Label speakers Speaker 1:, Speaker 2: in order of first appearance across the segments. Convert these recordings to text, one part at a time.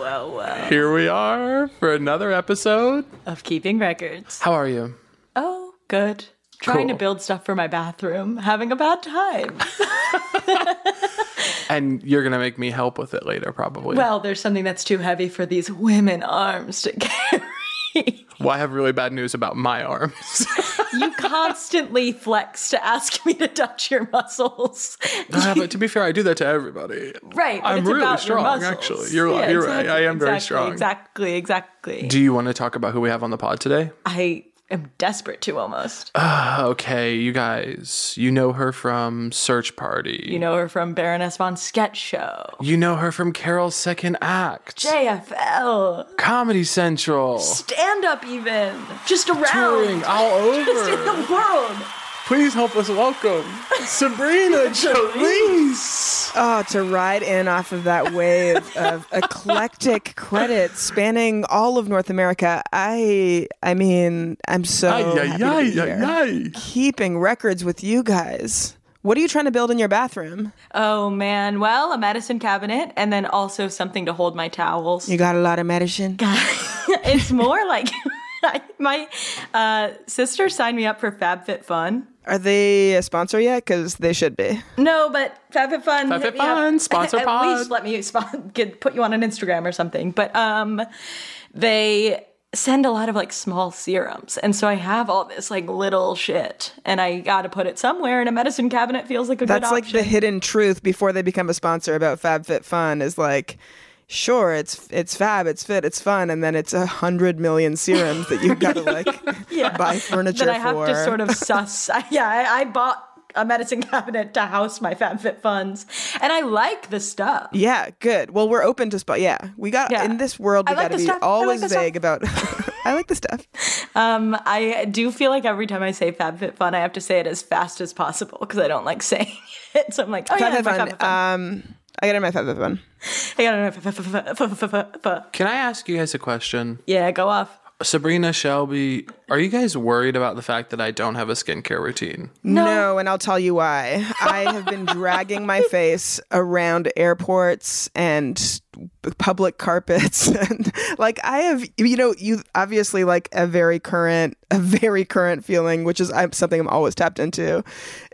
Speaker 1: well, well.
Speaker 2: Here we are for another episode.
Speaker 1: Of keeping records.
Speaker 2: How are you?
Speaker 1: Oh, good. Trying to
Speaker 2: Cool.
Speaker 1: build stuff for my bathroom, having a bad time.
Speaker 2: And you're gonna make me help with it later, probably.
Speaker 1: well, there's something that's too heavy for these women arms to carry.
Speaker 2: well, I have really bad news about my arms.
Speaker 1: you constantly flex to ask me to touch your muscles.
Speaker 2: Ah, but to be fair, I do that to everybody.
Speaker 1: Right. but
Speaker 2: I'm
Speaker 1: it's
Speaker 2: really
Speaker 1: about your
Speaker 2: strong,
Speaker 1: muscles.
Speaker 2: actually. You're, li- you're right. I am
Speaker 1: exactly,
Speaker 2: very strong.
Speaker 1: Exactly, exactly.
Speaker 2: Do you want to talk about who we have on the pod today?
Speaker 1: I am desperate to almost.
Speaker 2: Uh, Okay, you guys, you know her from Search Party.
Speaker 1: you know her from Baroness von Sketch Show,
Speaker 2: You know her from Carol's Second Act,
Speaker 1: JFL,
Speaker 2: Comedy Central,
Speaker 1: stand up, even just around.
Speaker 2: touring all
Speaker 1: Just in
Speaker 2: over.
Speaker 1: the world.
Speaker 2: Please help us welcome Sabrina Charisse.
Speaker 3: Oh, to ride in off of that wave of eclectic credits spanning all of North America. I, I mean, I'm so
Speaker 2: Ay, ay,
Speaker 3: happy to
Speaker 2: ay,
Speaker 3: be
Speaker 2: ay,
Speaker 3: here.
Speaker 2: ay.
Speaker 3: keeping records with you guys. What are you trying to build in your bathroom?
Speaker 1: Oh man, well, a medicine cabinet and then also something to hold my towels.
Speaker 3: You got a lot of medicine.
Speaker 1: it's more like I- my uh, sister signed me up for FabFitFun.
Speaker 3: Are they a sponsor yet? Because they should be.
Speaker 1: No, but FabFitFun. hit me up.
Speaker 2: FabFitFun, sponsor
Speaker 1: At
Speaker 2: pod.
Speaker 1: least let me spon- get, put you on an Instagram or something. But um, they send a lot of like small serums, and so I have all this like little shit, and I got to put it somewhere. And a medicine cabinet feels like a good
Speaker 3: That's
Speaker 1: option.
Speaker 3: like the hidden truth before they become a sponsor about FabFitFun is like, sure, it's it's fab, it's fit, it's fun, and then it's a hundred million serums that you've got to like buy furniture
Speaker 1: that I have
Speaker 3: for.
Speaker 1: to sort of suss. I- yeah, I, I bought a medicine cabinet to house my FabFit funds, and I like the stuff.
Speaker 3: Yeah, good. Well, we're open to spot. Yeah, we got
Speaker 1: Yeah.
Speaker 3: in this world.
Speaker 1: I
Speaker 3: We
Speaker 1: like
Speaker 3: got to
Speaker 1: the
Speaker 3: be
Speaker 1: stuff. I like
Speaker 3: always
Speaker 1: the stuff.
Speaker 3: vague about. I like the stuff.
Speaker 1: Um, I do feel like every time I say FabFitFun, I have to say it as fast as possible because I don't like saying it. So I'm like, oh yeah,
Speaker 3: Fab
Speaker 1: my
Speaker 3: fun.
Speaker 1: FabFitFun.
Speaker 3: Um, I got in my fab fun.
Speaker 1: I gotta know.
Speaker 2: Can I ask you guys a question?
Speaker 1: Yeah, go off.
Speaker 2: Sabrina Shelby, are you guys worried about the fact that I don't have a skincare routine?
Speaker 3: No. and I'll tell you why. I have been dragging my face around airports and public carpets and like I have you know you obviously like a very current a very current feeling which is I'm, something I'm always tapped into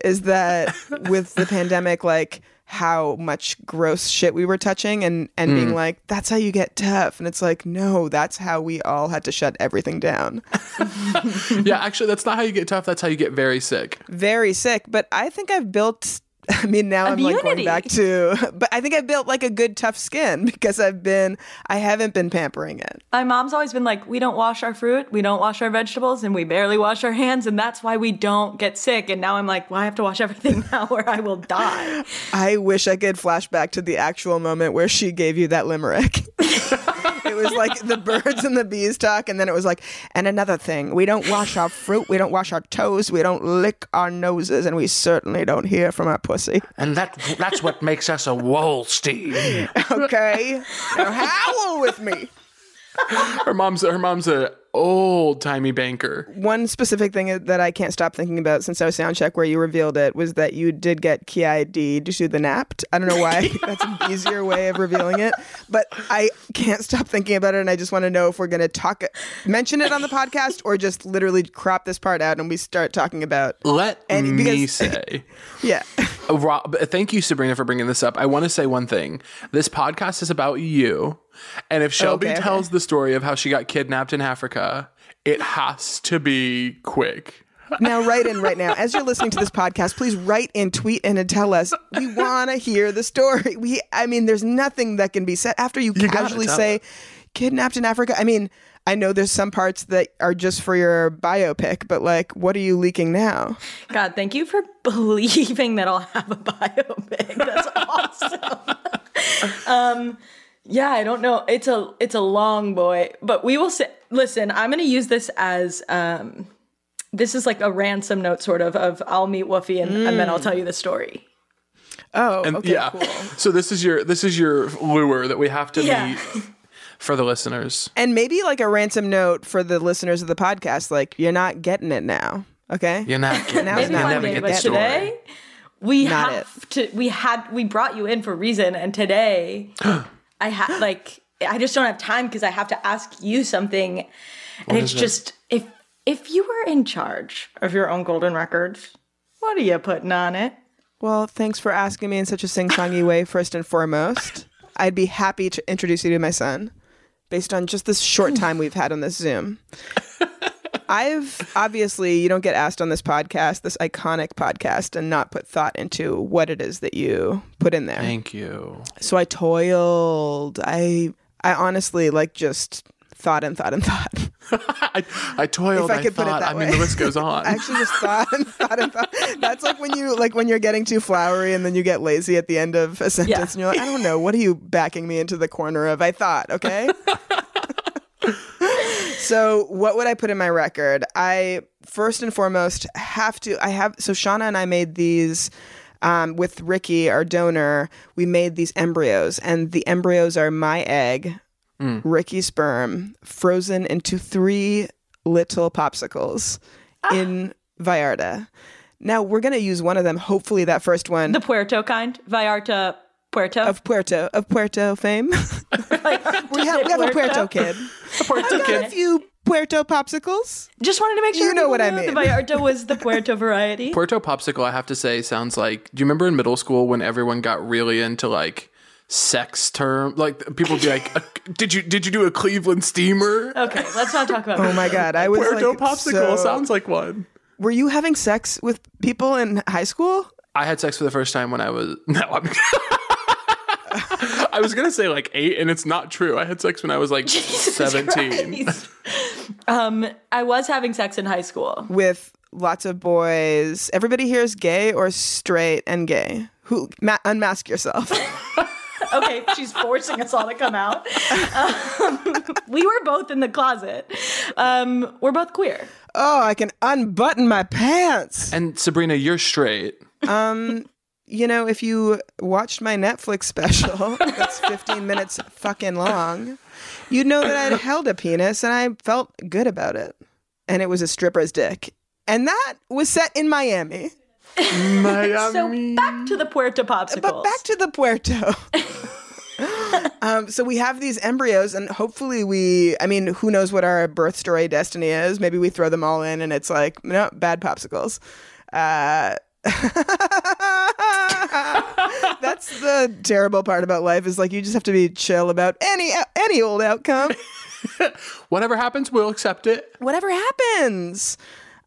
Speaker 3: is that with the pandemic like how much gross shit we were touching and and being like that's how you get tough and it's like no that's how we all had to shut everything down
Speaker 2: yeah, actually, that's not how you get tough. That's how you get very sick.
Speaker 3: very sick, but I think I've built. I mean, now I'm like
Speaker 1: Immunity.
Speaker 3: going back to, but I think I've built like a good tough skin because I've been, I haven't been pampering it.
Speaker 1: My mom's always been like, we don't wash our fruit, we don't wash our vegetables, and we barely wash our hands, and that's why we don't get sick. And now I'm like, well, I have to wash everything now or I will die.
Speaker 3: I wish I could flash back to the actual moment where she gave you that limerick. it was like the birds and the bees talk, and then it was like, and another thing, we don't wash our fruit, we don't wash our toes, we don't lick our noses, and we certainly don't hear from our pussy.
Speaker 2: And that that's what makes us a Wolstein.
Speaker 3: Okay, now howl with me.
Speaker 2: Her mom's her mom's a old timey banker.
Speaker 3: one specific thing that I can't stop thinking about since our sound check where you revealed it was that you did get KID to the napped. I don't know why that's an easier way of revealing it, but I can't stop thinking about it, and I just want to know if we're going to talk, mention it on the podcast, or just literally crop this part out and we start talking about
Speaker 2: Let
Speaker 3: And
Speaker 2: me
Speaker 3: because-
Speaker 2: say,
Speaker 3: yeah.
Speaker 2: Rob, Uh, thank you, Sabrina, for bringing this up. I want to say one thing. This podcast is about you. And if Shelby
Speaker 3: Okay, okay.
Speaker 2: tells the story of how she got kidnapped in Africa, it has to be quick.
Speaker 3: Now, write in right now. As you're listening to this podcast, please write in, tweet in, and tell us. We want to hear the story. We, I mean, there's nothing that can be said after you,
Speaker 2: You gotta
Speaker 3: casually
Speaker 2: tell
Speaker 3: say
Speaker 2: it.
Speaker 3: kidnapped in Africa. I mean, I know there's some parts that are just for your biopic, but like, what are you leaking now?
Speaker 1: God, thank you for believing that I'll have a biopic. That's awesome. um, yeah, I don't know. It's a it's a long boy, but we will say. Listen, I'm going to use this as um, this is like a ransom note, sort of. Of I'll meet Woofy and, and then I'll tell you the story.
Speaker 3: Oh,
Speaker 2: And
Speaker 3: okay,
Speaker 2: yeah.
Speaker 3: cool.
Speaker 2: So this is your this is your lure that we have to
Speaker 1: Yeah.
Speaker 2: meet for the listeners.
Speaker 3: And maybe like a ransom note for the listeners of the podcast. Like, you're not getting it now. Okay.
Speaker 2: You're not getting
Speaker 3: Now
Speaker 2: it.
Speaker 3: it's
Speaker 2: You'll
Speaker 1: Maybe
Speaker 3: not
Speaker 1: one
Speaker 2: never
Speaker 1: day,
Speaker 3: gonna
Speaker 2: get
Speaker 1: but
Speaker 2: the
Speaker 3: that
Speaker 2: story.
Speaker 1: today we
Speaker 3: Not
Speaker 1: have to. We had we brought you in for a reason, and today I have like I just don't have time because I have to ask you something, and it's
Speaker 2: is it?
Speaker 1: just if if you were in charge of your own golden records, what are you putting on it?
Speaker 3: Well, thanks for asking me in such a sing-songy way. First and foremost, I'd be happy to introduce you to my son, based on just this short time we've had on this Zoom. I've obviously you don't get asked on this podcast, this iconic podcast, and not put thought into what it is that you put in there.
Speaker 2: Thank you.
Speaker 3: So I toiled. I I honestly like just thought and thought and thought.
Speaker 2: I, I toiled.
Speaker 3: If I
Speaker 2: I,
Speaker 3: could put it
Speaker 2: thought. I
Speaker 3: that
Speaker 2: mean,
Speaker 3: way.
Speaker 2: the list goes on.
Speaker 3: I actually just thought and thought and thought. That's like when you like when you're getting too flowery and then you get lazy at the end of a sentence
Speaker 1: Yeah.
Speaker 3: and you're like, I don't know, what are you backing me into the corner of? I thought, okay. so what would I put in my record? I first and foremost have to I have so Shauna and I made these um, with Ricky, our donor, we made these embryos, and the embryos are my egg, Ricky's sperm frozen into three little popsicles
Speaker 2: Ah.
Speaker 3: in Vallarta. Now we're gonna use one of them. Hopefully, that first one
Speaker 1: The Puerto kind, Vallarta Puerto.
Speaker 3: of Puerto of Puerto fame. we have we have a Puerto kid.
Speaker 2: Puerto
Speaker 3: Got a
Speaker 2: kid.
Speaker 3: few Puerto popsicles.
Speaker 1: Just wanted to make sure
Speaker 3: You know
Speaker 1: people
Speaker 3: what I
Speaker 1: knew
Speaker 3: mean.
Speaker 1: The Vallarta was the Puerto variety.
Speaker 2: Puerto popsicle. I have to say, sounds like. Do you remember in middle school when everyone got really into like sex term? Like people would be like, "Uh, "Did you did you do a Cleveland steamer?"
Speaker 1: Okay, let's not talk about.
Speaker 3: Oh my god! I was
Speaker 2: Puerto
Speaker 3: like,
Speaker 2: popsicle
Speaker 3: so-
Speaker 2: sounds like one.
Speaker 3: Were you having sex with people in high school?
Speaker 2: I had sex for the first time when I was no. I'm, I was gonna say like eight, and it's not true. I had sex when I was like seventeen.
Speaker 1: Christ. um, I was having sex in high school.
Speaker 3: with lots of boys. Everybody here is gay or straight and gay. Who ma- unmask yourself?
Speaker 1: okay, she's forcing us all to come out. Um, we were both in the closet. Um, we're both queer.
Speaker 3: oh, I can unbutton my pants.
Speaker 2: And Sabrina, you're straight.
Speaker 3: You know, if you watched my Netflix special, that's 15 minutes fucking long, you'd know that I'd held a penis and I felt good about it. And it was a stripper's dick. And that was set in Miami.
Speaker 1: So back to the Puerto popsicles.
Speaker 3: But back to the Puerto. um, so we have these embryos, and hopefully we. I mean, who knows what our birth story destiny is? Maybe we throw them all in, and it's like no bad popsicles. Uh, that's the terrible part about life is like you just have to be chill about any any old outcome
Speaker 2: Whatever happens, we'll accept it.
Speaker 3: whatever happens.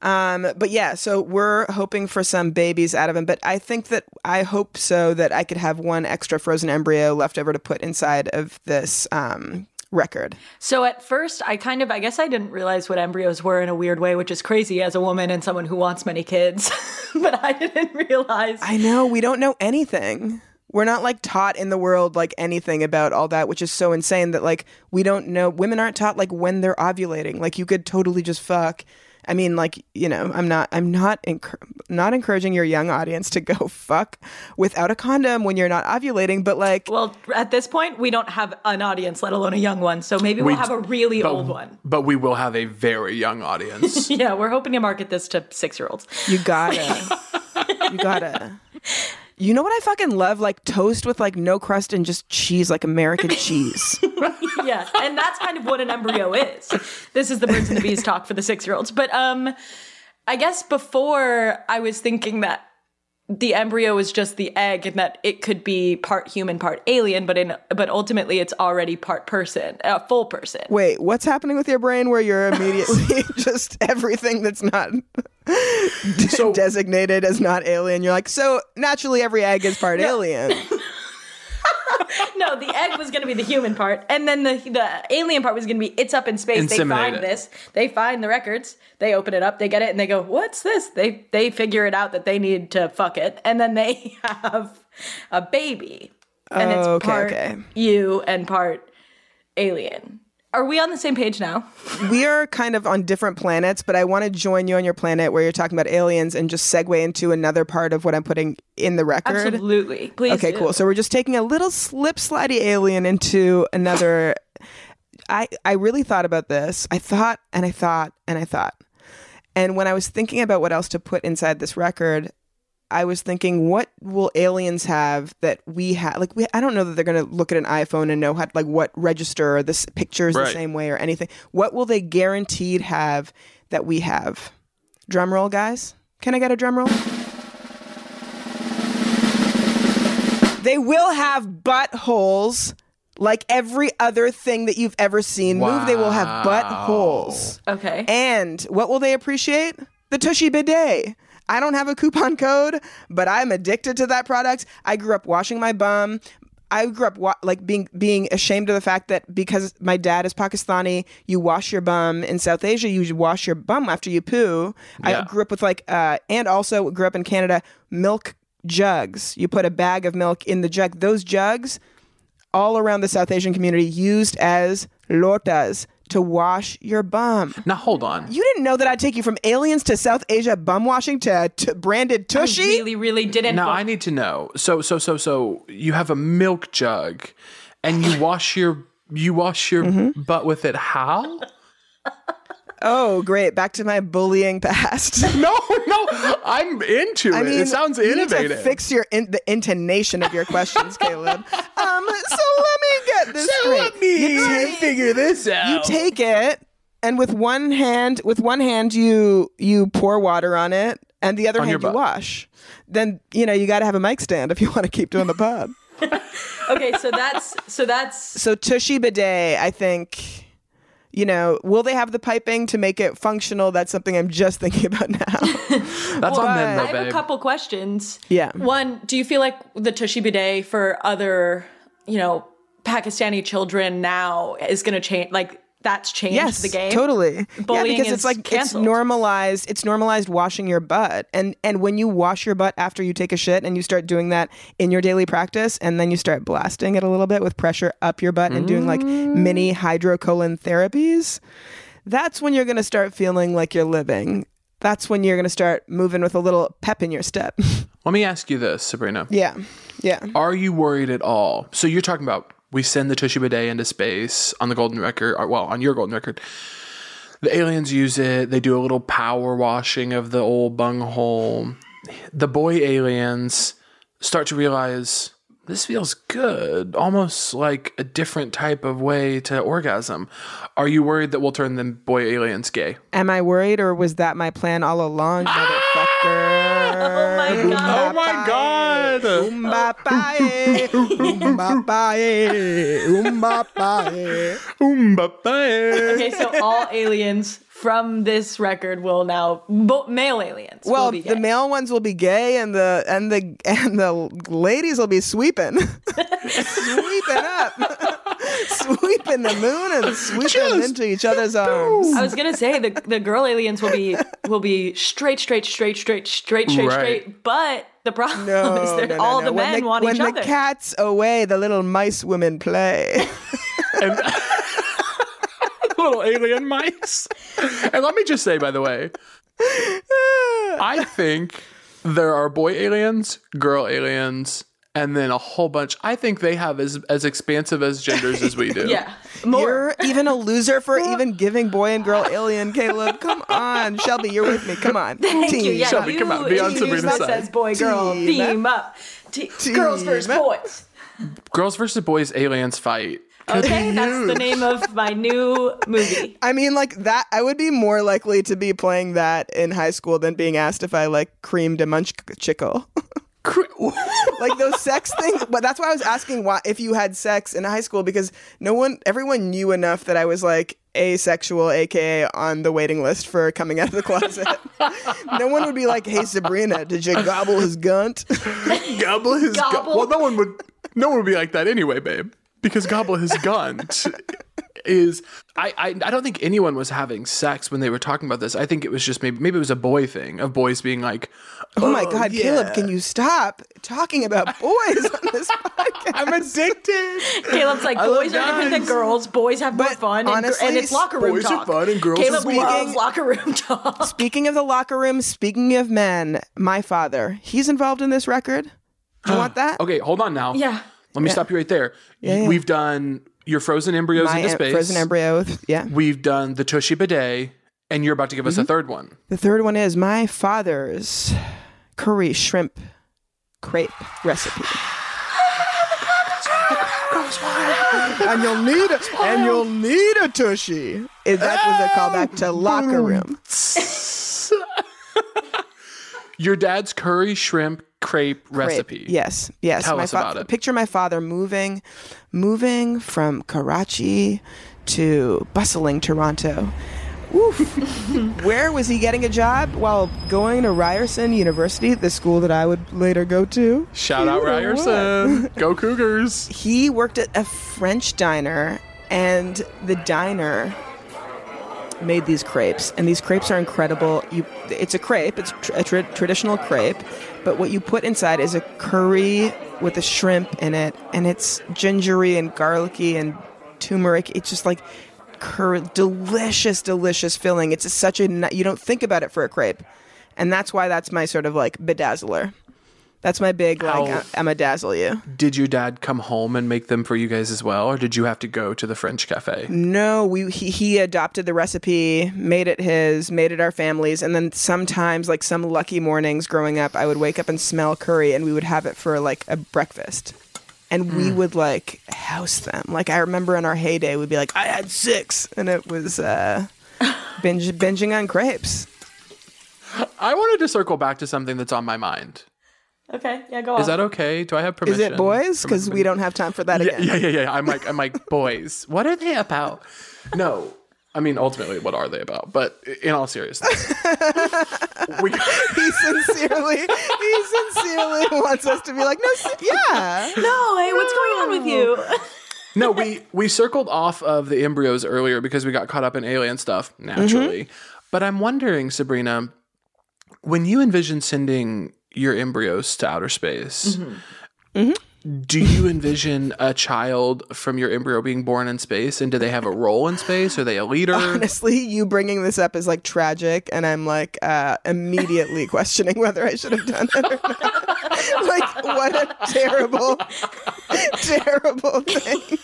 Speaker 3: Um, but yeah, so we're hoping for some babies out of him. But I think that I hope so that I could have one extra frozen embryo left over to put inside of this um, record.
Speaker 1: so at first, I kind of, I guess I didn't realize what embryos were in a weird way, which is crazy as a woman and someone who wants many kids. but I didn't realize.
Speaker 3: I know we don't know anything. We're not like taught in the world like anything about all that, which is so insane that like we don't know. Women aren't taught like when they're ovulating. Like you could totally just fuck. I mean, like you know, I'm not, I'm not, encour- not encouraging your young audience to go fuck without a condom when you're not ovulating. But like,
Speaker 1: well, at this point, we don't have an audience, let alone a young one. So maybe we'll
Speaker 2: We-
Speaker 1: have a really
Speaker 2: but-
Speaker 1: old one.
Speaker 2: But we will have a very young audience.
Speaker 1: Yeah, we're hoping to market this to six year olds.
Speaker 3: You gotta. you gotta. You know what I fucking love? Like toast with like no crust and just cheese, like American cheese.
Speaker 1: yeah and that's kind of what an embryo is this is the birds and the bees talk for the six year olds but um i guess before i was thinking that the embryo is just the egg and that it could be part human, part alien, but in but ultimately it's already part person, a full person.
Speaker 3: Wait, what's happening with your brain where you're immediately just everything that's not
Speaker 2: So-
Speaker 3: designated as not alien? You're like, so naturally every egg is part alien.
Speaker 1: No, the egg was going to be the human part, and then the the alien part was going to be it's up in space. They
Speaker 2: Inseminate
Speaker 1: find
Speaker 2: it.
Speaker 1: this, they find the records, they open it up, they get it, and they go, "What's this?" They they figure it out that they need to fuck it, and then they have a baby, and it's
Speaker 3: Oh, okay,
Speaker 1: part
Speaker 3: okay.
Speaker 1: you and part alien. Are we on the same page now?
Speaker 3: we are kind of on different planets, but I want to join you on your planet where you're talking about aliens and just segue into another part of what I'm putting in the record.
Speaker 1: Absolutely. Please.
Speaker 3: Okay,
Speaker 1: do.
Speaker 3: cool. So we're just taking a little slip slidey alien into another. I I really thought about this. I thought and I thought and I thought. And when I was thinking about what else to put inside this record, I was thinking, what will aliens have that we have? Like, we, I don't know that they're going to look at an iPhone and know how, like, what register or this picture is the
Speaker 2: Right.
Speaker 3: same way or anything. What will they guaranteed have that we have? Drum roll, guys. Can I get a drum roll? They will have buttholes like every other thing that you've ever seen move. They will have buttholes.
Speaker 1: Okay.
Speaker 3: And what will they appreciate? The Tushy Bidet. I don't have a coupon code, but I'm addicted to that product. I grew up washing my bum. I grew up wa- like being being ashamed of the fact that because my dad is Pakistani, you wash your bum in South Asia. You wash your bum after you poo. I
Speaker 2: Yeah.
Speaker 3: grew up with like, uh, and also grew up in Canada. Milk jugs. You put a bag of milk in the jug. Those jugs all around the South Asian community used as lotas to wash your bum.
Speaker 2: Now hold on.
Speaker 3: You didn't know that I'd take you from aliens to South Asia bum washing to, to branded tushy?
Speaker 1: really, really didn't.
Speaker 2: Now I need to know. So so so so you have a milk jug, and you wash your you wash your butt with it. How?
Speaker 3: Oh, great. Back to my bullying past.
Speaker 2: No, no, I'm into
Speaker 3: I
Speaker 2: it.
Speaker 3: mean,
Speaker 2: it sounds
Speaker 3: you need to
Speaker 2: innovative.
Speaker 3: fix your in, the intonation of your questions, Caleb. Um, so let me get this
Speaker 2: So
Speaker 3: straight.
Speaker 2: let me
Speaker 3: You take-
Speaker 2: figure this out.
Speaker 3: you take it and with one hand with one hand you you pour water on it and the other
Speaker 2: On your
Speaker 3: hand you
Speaker 2: butt.
Speaker 3: wash then you know you got to have a mic stand if you want to keep doing the pod
Speaker 1: okay, so that's so that's
Speaker 3: so tushy bidet i think you know will they have the piping to make it functional that's something i'm just thinking about now
Speaker 2: That's on them,
Speaker 1: I
Speaker 2: though,
Speaker 1: have a
Speaker 2: babe.
Speaker 1: couple questions.
Speaker 3: Yeah.
Speaker 1: One, do you feel like the Tushy Bidet for other, you know, Pakistani children now is going to change? Like that's changed
Speaker 3: yes
Speaker 1: the game.
Speaker 3: totally yeah
Speaker 1: Bullying
Speaker 3: because
Speaker 1: is
Speaker 3: it's like
Speaker 1: canceled.
Speaker 3: it's normalized it's normalized washing your butt and and when you wash your butt after you take a shit and you start doing that in your daily practice and then you start blasting it a little bit with pressure up your butt and doing like
Speaker 1: Mm.
Speaker 3: mini hydrocolon therapies that's when you're going to start feeling like you're living that's when you're going to start moving with a little pep in your step
Speaker 2: Let me ask you this, Sabrina.
Speaker 3: yeah yeah
Speaker 2: Are you worried at all? So you're talking about we send the Tushy Bidet into space on the golden record, or well, on your golden record. The aliens use it. They do a little power washing of the old bunghole. The boy aliens start to realize this feels good, almost like a different type of way to orgasm. Are you worried that we'll turn the boy aliens gay?
Speaker 3: am i worried or was that my plan all along motherfucker
Speaker 1: Ah! Oh my god.
Speaker 2: my god!
Speaker 3: Umbapae, umbapae, umbapae.
Speaker 1: okay, so all aliens from this record will now bo- male aliens. will
Speaker 3: Well,
Speaker 1: be
Speaker 3: the
Speaker 1: gay.
Speaker 3: male ones will be gay, and the and the and the ladies will be sweeping, sweeping up, sweeping the moon and sweeping into each other's arms.
Speaker 1: I was gonna say the the girl aliens will be will be straight, straight, straight, straight, straight, straight,
Speaker 2: Right.
Speaker 1: straight. But the problem
Speaker 3: No,
Speaker 1: is that
Speaker 3: no, no,
Speaker 1: all
Speaker 3: no.
Speaker 1: the
Speaker 3: when
Speaker 1: men
Speaker 3: the,
Speaker 1: want
Speaker 3: when
Speaker 1: each
Speaker 3: the
Speaker 1: other.
Speaker 3: cat's away, the little mice women play.
Speaker 2: little alien mice. And let me just say, by the way, I think there are boy aliens, girl aliens, and then a whole bunch. I think they have as as expansive as genders as we do.
Speaker 1: yeah, more.
Speaker 3: You're even a loser for even giving boy and girl alien, Caleb. Come on, Shelby, you're with me. Come on,
Speaker 1: Thank you. Yeah,
Speaker 2: Shelby,
Speaker 1: you,
Speaker 2: come on, be on
Speaker 1: you
Speaker 2: Sabrina's
Speaker 1: that
Speaker 2: side.
Speaker 1: says boy girl
Speaker 3: Team.
Speaker 1: team up. Te- Girls versus
Speaker 3: Team.
Speaker 1: boys.
Speaker 2: Girls versus boys, aliens fight.
Speaker 1: Okay, that's the name of my new movie.
Speaker 3: I mean, like that. I would be more likely to be playing that in high school than being asked if I like creamed a munch chickle.
Speaker 2: Cr-
Speaker 3: like those sex things but that's why i was asking why if you had sex in high school because no one everyone knew enough that i was like asexual aka on the waiting list for coming out of the closet no one would be like hey sabrina did you gobble his gunt
Speaker 2: gobble his gu-
Speaker 1: Gobble.
Speaker 2: well, no one would no one would be like that anyway, babe, because gobble his gun is I, I I don't think anyone was having sex when they were talking about this. I think it was just maybe maybe it was a boy thing of boys being like,
Speaker 3: oh, my god caleb can you stop talking about boys on this podcast
Speaker 2: I'm addicted.
Speaker 1: Caleb's like,
Speaker 2: I love
Speaker 1: boys are different than
Speaker 2: guys."
Speaker 1: girls. Boys have more
Speaker 3: But
Speaker 1: fun, and,
Speaker 3: honestly,
Speaker 1: and it's locker room
Speaker 2: boys are
Speaker 1: talk.
Speaker 2: fun and girls
Speaker 1: Caleb
Speaker 2: are weak.
Speaker 1: loves locker room talk.
Speaker 3: Speaking of the locker room, speaking of men, my father, he's involved in this record. You want that?
Speaker 2: Okay, hold on now.
Speaker 1: Yeah.
Speaker 2: Let me stop you right there.
Speaker 3: yeah.
Speaker 2: We've done your frozen embryos
Speaker 3: My
Speaker 2: into
Speaker 3: em-
Speaker 2: space.
Speaker 3: frozen embryo. with- Yeah.
Speaker 2: We've done the Tushy bidet, and you're about to give
Speaker 3: Mm-hmm.
Speaker 2: us a third one.
Speaker 3: The third one is my father's curry shrimp crepe recipe. and you'll need a and you'll need a tushy. If that was a callback to locker room.
Speaker 2: Your dad's curry shrimp crepe recipe.
Speaker 3: Yes, yes.
Speaker 2: Tell
Speaker 3: my
Speaker 2: us about it.
Speaker 3: Picture my father moving, moving from Karachi to bustling Toronto. Oof. Where was he getting a job? While going to Ryerson University, the school that I would later go to.
Speaker 2: Shout out Ryerson. Go Cougars.
Speaker 3: He worked at a French diner, and the diner made these crepes, and these crepes are incredible. You, it's a crepe, it's tr- a tra- traditional crepe, but what you put inside is a curry with a shrimp in it, and it's gingery and garlicky and turmeric. It's just like cur- delicious, delicious filling. It's such a ni- you don't think about it for a crepe, and that's why that's my sort of like bedazzler. That's my big like
Speaker 2: How-
Speaker 3: I'm a dazzle you.
Speaker 2: Did your dad come home and make them for you guys as well, or did you have to go to the French cafe?
Speaker 3: No, we he, he adopted the recipe, made it his, made it our family's, and then sometimes, like some lucky mornings growing up, I would wake up and smell curry, and we would have it for like a breakfast, and
Speaker 2: Hmm.
Speaker 3: we would like house them. Like I remember in our heyday, we'd be like, I had six, and it was uh, binge binging on crepes.
Speaker 2: I wanted to circle back to something that's on my mind.
Speaker 1: okay, yeah, go on.
Speaker 2: Is that okay? Do I have
Speaker 3: Is
Speaker 2: permission?
Speaker 3: it boys?
Speaker 2: from
Speaker 3: Because we don't have time for that
Speaker 2: yeah,
Speaker 3: again.
Speaker 2: yeah, yeah, yeah. I'm like, I'm like, boys, what are they about? No, I mean, ultimately, what are they about? But in all seriousness, we,
Speaker 3: He sincerely, he sincerely wants us to be like, no, si- yeah.
Speaker 1: no, hey, what's going on with you?
Speaker 2: no, we we circled off of the embryos earlier because we got caught up in alien stuff naturally. But I'm wondering, Sabrina, when you envision sending your embryos to outer space.
Speaker 3: Mm-hmm.
Speaker 2: Do you envision a child from your embryo being born in space, and do they have a role in space? Are they a leader?
Speaker 3: honestly you bringing this up is like tragic and i'm like uh immediately questioning whether i should have done it or not like what a terrible terrible thing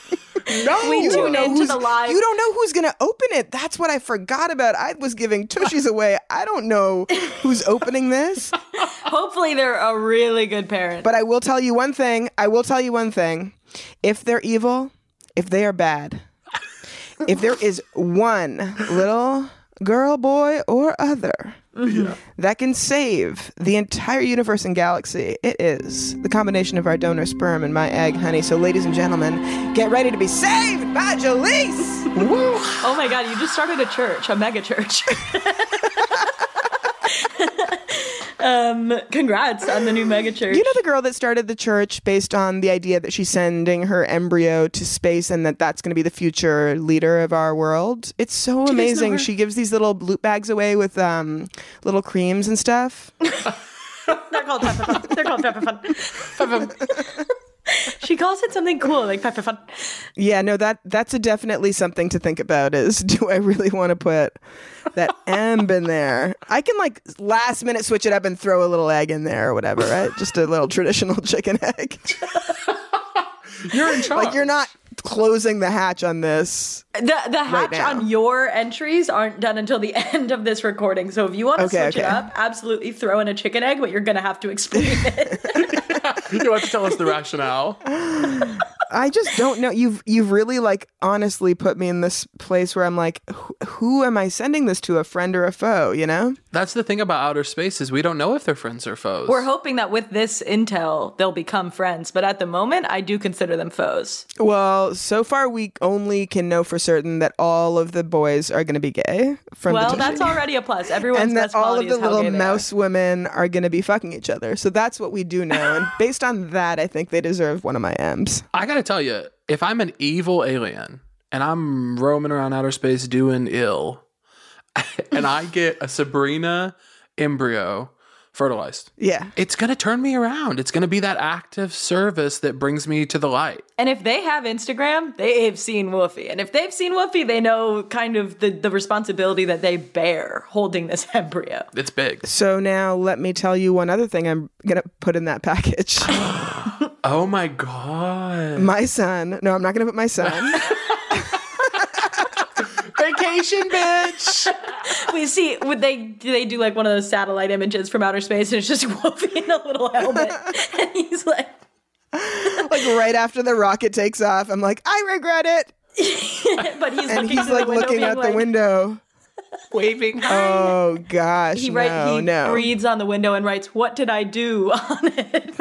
Speaker 3: no
Speaker 1: We
Speaker 3: you don't
Speaker 1: tune
Speaker 3: know
Speaker 1: into the
Speaker 3: who's-
Speaker 1: live-
Speaker 3: you don't know who's gonna open it that's what i forgot about i was giving tushies away i don't know who's opening this
Speaker 1: Hopefully, they're a really good parent.
Speaker 3: but i will tell you one thing i will tell you one thing if they're evil if they are bad if there is one little girl, boy, or other that can save the entire universe and galaxy, it is the combination of our donor sperm and my egg, honey. So, ladies and gentlemen, get ready to be saved by Jalise. Woo!
Speaker 1: oh my god, you just started a church, a mega church. um, congrats on the new mega church.
Speaker 3: You know the girl that started the church based on the idea that she's sending her embryo to space and that that's going to be the future leader of our world? It's so amazing. She gives these little loot bags away with um, little creams and stuff.
Speaker 1: They're called Pepper Fun. They're called Pepper Fun. she calls it something cool, like Pepper Fun.
Speaker 3: Yeah, no, that that's a definitely something to think about is do I really want to put that emb in there? I can like last minute switch it up and throw a little egg in there or whatever, right? Just a little traditional chicken egg.
Speaker 2: You're in charge.
Speaker 3: like you're not closing the hatch on this.
Speaker 1: The the hatch
Speaker 3: now.
Speaker 1: on your entries aren't done until the end of this recording. So if you want to
Speaker 3: Okay,
Speaker 1: switch it
Speaker 3: okay.
Speaker 1: up, absolutely throw in a chicken egg, but you're gonna have to explain it.
Speaker 2: You'll have to tell us the rationale.
Speaker 3: I just don't know. You've you've really like honestly put me in this place where I'm like, who, who am I sending this to? A friend or a foe? You know?
Speaker 2: That's the thing about outer space is we don't know if they're friends or foes.
Speaker 1: We're hoping that with this intel, they'll become friends. But at the moment, I do consider them foes.
Speaker 3: Well, so far we only can know for certain that all of the boys are going to be gay. From
Speaker 1: Well,
Speaker 3: the
Speaker 1: that's
Speaker 3: all.
Speaker 1: already a plus. Everyone's
Speaker 3: and that
Speaker 1: best
Speaker 3: all
Speaker 1: quality
Speaker 3: of the
Speaker 1: is how
Speaker 3: little
Speaker 1: gay they are.
Speaker 3: mouse women are going to be fucking each other. So that's what we do know. And based on that, I think they deserve one of my M's.
Speaker 2: I gotta tell you, if I'm an evil alien and I'm roaming around outer space doing ill, and I get a Sabrina embryo fertilized,
Speaker 3: Yeah.
Speaker 2: it's gonna turn me around. It's gonna be that active service that brings me to the light.
Speaker 1: And if they have Instagram, they've seen Woofy. And if they've seen Woofy, they know kind of the, the responsibility that they bear holding this embryo.
Speaker 2: It's big.
Speaker 3: So now let me tell you one other thing I'm going to put in that package.
Speaker 2: Oh my god!
Speaker 3: my son. No, I'm not going to put my son.
Speaker 2: Vacation, bitch.
Speaker 1: We see would they they do like one of those satellite images from outer space and it's just Woofy in a little helmet. and he's like
Speaker 3: like right after the rocket takes off, I'm like, I regret it.
Speaker 1: but he's
Speaker 3: And
Speaker 1: looking
Speaker 3: he's
Speaker 1: through the
Speaker 3: like
Speaker 1: window
Speaker 3: looking
Speaker 1: being
Speaker 3: out
Speaker 1: like-
Speaker 3: the window.
Speaker 2: Waving.
Speaker 3: Oh gosh.
Speaker 1: He
Speaker 3: He
Speaker 1: write,
Speaker 3: no,
Speaker 1: he
Speaker 3: no.
Speaker 1: reads on the window and writes, "What did I do?" on it.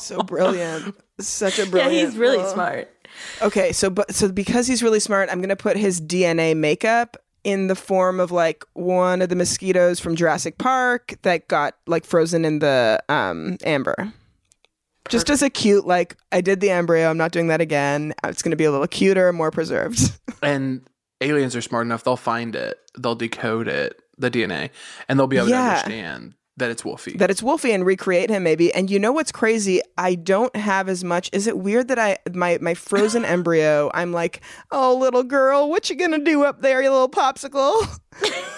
Speaker 3: so brilliant. Such a
Speaker 1: yeah,
Speaker 3: brilliant.
Speaker 1: he's really
Speaker 3: Oh.
Speaker 1: smart.
Speaker 3: Okay, so but so because he's really smart, I'm gonna put his DNA makeup in the form of like one of the mosquitoes from Jurassic Park that got like frozen in the um amber. Just as a cute, like I did the embryo, I'm not doing that again. It's gonna be a little cuter, more preserved.
Speaker 2: and aliens are smart enough; they'll find it, they'll decode it, the DNA, and they'll be able
Speaker 3: Yeah.
Speaker 2: to understand that it's Wolfie.
Speaker 3: that it's Wolfie and recreate him maybe. And you know what's crazy? I don't have as much. Is it weird that I my my frozen embryo? I'm like, oh little girl, what you gonna do up there, you little popsicle?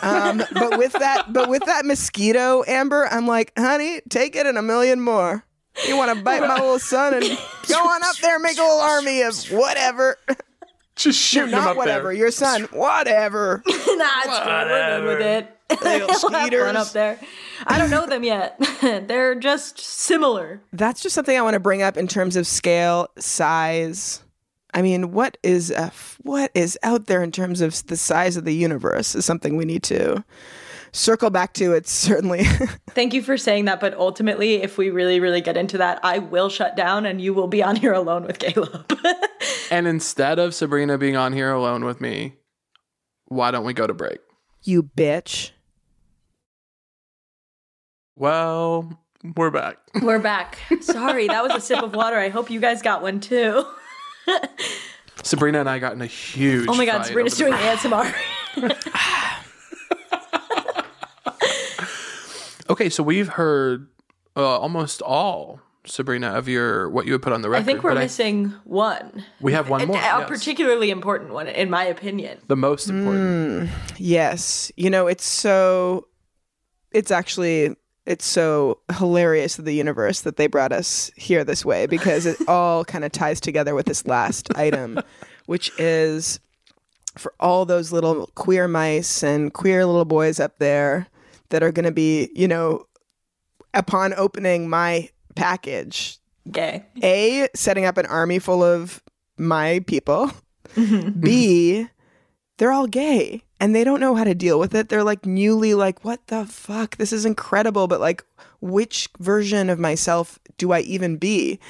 Speaker 3: um, but with that, but with that mosquito, Amber, I'm like, honey, take it and a million more. You want to bite my little son and go on up there, and make a little army of whatever,
Speaker 2: Just shooting them
Speaker 3: not
Speaker 2: up
Speaker 3: whatever,
Speaker 2: there.
Speaker 3: your son, whatever.
Speaker 1: nah, it's cool. We're good with it.
Speaker 3: Little
Speaker 1: We'll have fun
Speaker 3: skeeters.
Speaker 1: up there. I don't know them yet. They're just similar.
Speaker 3: That's just something I want to bring up in terms of scale, size. I mean, what is a f- what is out there in terms of s- the size of the universe is something we need to circle back to. It's certainly
Speaker 1: Thank you for saying that, but ultimately, if we really, really get into that, I will shut down and you will be on here alone with Caleb.
Speaker 2: And instead of Sabrina being on here alone with me, why don't we go to break?
Speaker 3: you bitch.
Speaker 2: Well, we're back.
Speaker 1: We're back. Sorry, that was a sip of water. I hope you guys got one too.
Speaker 2: Sabrina and I got in a huge.
Speaker 1: Oh my god,
Speaker 2: fight
Speaker 1: Sabrina's
Speaker 2: over the
Speaker 1: doing
Speaker 2: break.
Speaker 1: ASMR.
Speaker 2: Okay, so we've heard uh, almost all Sabrina of your what you would put on the record.
Speaker 1: I think we're
Speaker 2: but
Speaker 1: missing one.
Speaker 2: we have one
Speaker 1: And
Speaker 2: more.
Speaker 1: a
Speaker 2: yes.
Speaker 1: particularly important one, in my opinion.
Speaker 2: the most important.
Speaker 3: Yes, you know it's so. It's actually it's so hilarious to the universe that they brought us here this way because it all kind of ties together with this last item, which is for all those little queer mice and queer little boys up there that are going to be, you know, upon opening my package,
Speaker 1: Gay.
Speaker 3: A, setting up an army full of my people, B, they're all gay and they don't know how to deal with it. They're like newly like, what the fuck? This is incredible, but like, which version of myself do I even be?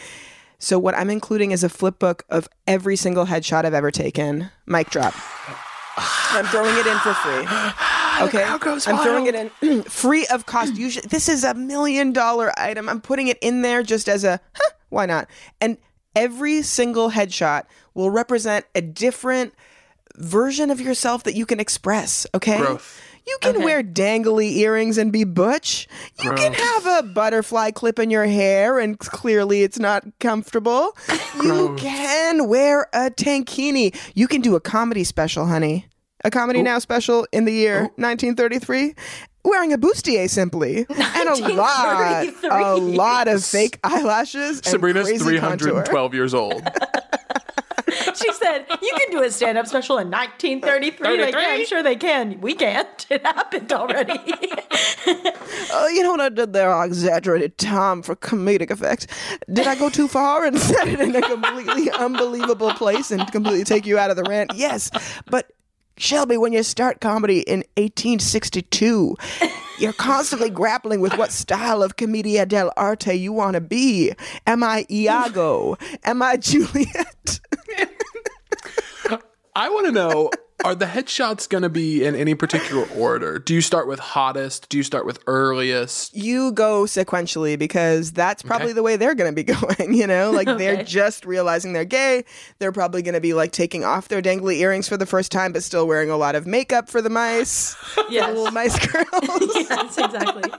Speaker 3: So, what I'm including is a flip book of every single headshot I've ever taken. Mic drop. I'm throwing it in for free. Okay.
Speaker 2: goes
Speaker 3: I'm throwing
Speaker 2: wild.
Speaker 3: it in free of cost. Usually, this is a million dollar item. I'm putting it in there just as a huh, why not? And every single headshot will represent a different version of yourself that you can express. Okay.
Speaker 2: Growth.
Speaker 3: You can wear dangly earrings and be butch. You can
Speaker 2: Growth.
Speaker 3: have a butterfly clip in your hair and clearly it's not comfortable. You can wear a tankini. You can do a comedy special, honey. A comedy now special in the year 1933. Wearing a bustier simply, and a lot, a lot of fake eyelashes. And
Speaker 2: Sabrina's
Speaker 3: crazy contour.
Speaker 2: 312 years old.
Speaker 1: She's said, you can do a stand up special in 1933. Like, yeah, I'm
Speaker 2: 33?
Speaker 1: sure they can. We can't. It happened already.
Speaker 3: Oh, you know what I did there? I exaggerated time for comedic effect. Did I go too far and set it in a completely unbelievable place and completely take you out of the rant? Yes. But Shelby, when you start comedy in 1862, you're constantly grappling with what style of commedia dell'arte you want to be. Am I Iago? Am I Juliet?
Speaker 2: I want to know are the headshots going to be in any particular order? Do you start with hottest? Do you start with earliest?
Speaker 3: you go sequentially because that's probably
Speaker 2: Okay.
Speaker 3: the way they're going to be going, you know? Like they're just realizing they're gay. They're probably going to be like taking off their dangly earrings for the first time but still wearing a lot of makeup for the mice.
Speaker 1: yes.
Speaker 3: Little mice girls.
Speaker 1: yes, exactly.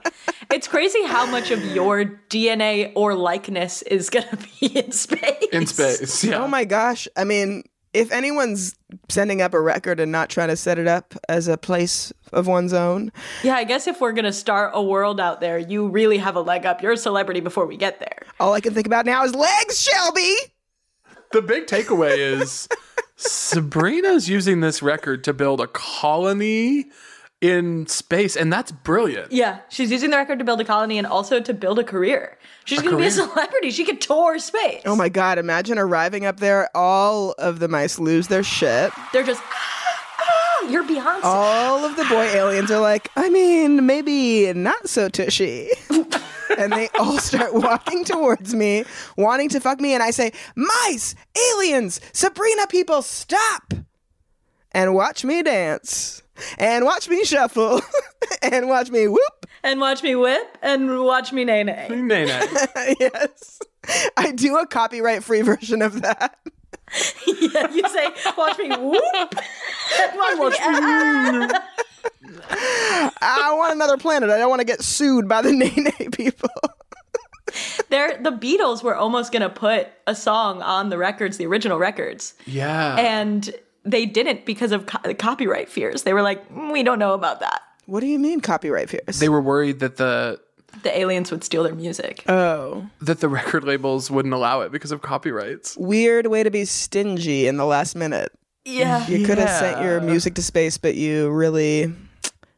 Speaker 1: It's crazy how much of your DNA or likeness is going to be in space.
Speaker 2: In space. Yeah.
Speaker 3: oh my gosh. I mean, if anyone's sending up a record and not trying to set it up as a place of one's own,
Speaker 1: Yeah, I guess if we're going to start a world out there, you really have a leg up. You're a celebrity before we get there.
Speaker 3: all I can think about now is legs, Shelby.
Speaker 2: The big takeaway is Sabrina's using this record to build a colony in space, and that's brilliant.
Speaker 1: Yeah, she's using the record to build a colony and also to build a career. She's going to be a
Speaker 2: career.
Speaker 1: celebrity. She could tour space.
Speaker 3: Oh my god, imagine arriving up there all of the mice lose their shit.
Speaker 1: They're just, "Ah, ah, you're Beyonce.
Speaker 3: all of the boy aliens are like, I mean, maybe not so tushy. and they all start walking towards me, wanting to fuck me. And I say, Mice, aliens, Sabrina people, stop! And watch me dance. And watch me shuffle. and watch me whoop.
Speaker 1: And watch me whip and watch me nay nay.
Speaker 2: Nay, nay.
Speaker 3: yes. I do a copyright free version of that.
Speaker 1: yeah, you say, watch me whoop. And watch, me, ah,
Speaker 3: I want another planet. I don't want to get sued by the Nene people.
Speaker 1: ah." They're, the Beatles were almost going to put a song on the records, the original records.
Speaker 2: Yeah.
Speaker 1: And they didn't because of co- copyright fears. They were like, "Mm, we don't know about that.
Speaker 3: What do you mean copyright fears?
Speaker 2: they were worried that the
Speaker 1: The aliens would steal their music.
Speaker 3: oh.
Speaker 2: that the record labels wouldn't allow it because of copyrights.
Speaker 3: weird way to be stingy in the last minute.
Speaker 1: yeah.
Speaker 3: You could have sent your music to space, but you really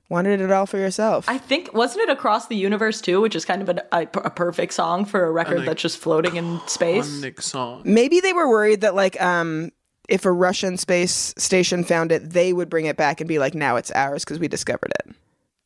Speaker 3: wanted it all for yourself.
Speaker 1: I think wasn't it across the universe too, which is kind of an, a, a perfect song for a record that's just floating in space.
Speaker 2: Nick song.
Speaker 3: Maybe they were worried that like um if a Russian space station found it, they would bring it back and be like, "Now it's ours because we discovered it."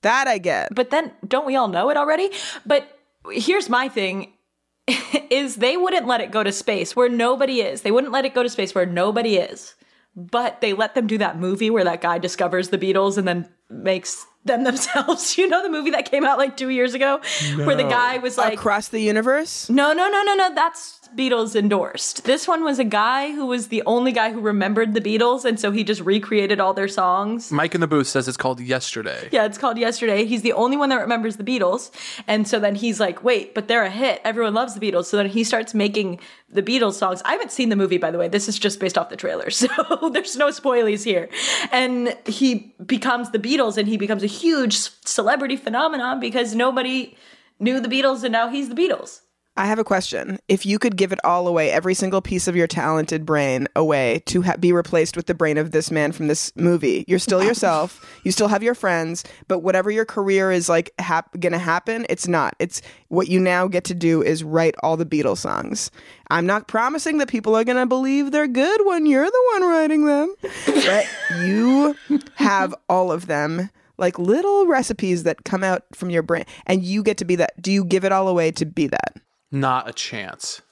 Speaker 3: That I get.
Speaker 1: But then don't we all know it already? But here's my thing is they wouldn't let it go to space where nobody is. They wouldn't let it go to space where nobody is. But they let them do that movie where that guy discovers the Beatles and then makes them themselves. You know the movie that came out like 2 years ago where the guy was like
Speaker 3: Across the universe,
Speaker 1: No, no, no, no, no. That's Beatles endorsed. This one was a guy who was the only guy who remembered the Beatles, and so he just recreated all their songs.
Speaker 2: Mike in the booth says it's called Yesterday.
Speaker 1: Yeah, it's called Yesterday. He's the only one that remembers the Beatles. And so then he's like, wait, but they're a hit. Everyone loves the Beatles. So then he starts making the Beatles songs. I haven't seen the movie, by the way. This is just based off the trailer. So there's no spoilies here. And he becomes the Beatles and he becomes a huge celebrity phenomenon because nobody knew the Beatles and now he's the Beatles.
Speaker 3: I have a question. If you could give it all away, every single piece of your talented brain away to ha- be replaced with the brain of this man from this movie, you're still yourself. you still have your friends, but whatever your career is like hap- going to happen, it's not. It's what you now get to do is write all the Beatles songs. I'm not promising that people are going to believe they're good when you're the one writing them, but you have all of them. Like little recipes that come out from your brain, and you get to be that. Do you give it all away to be that?
Speaker 2: Not a chance.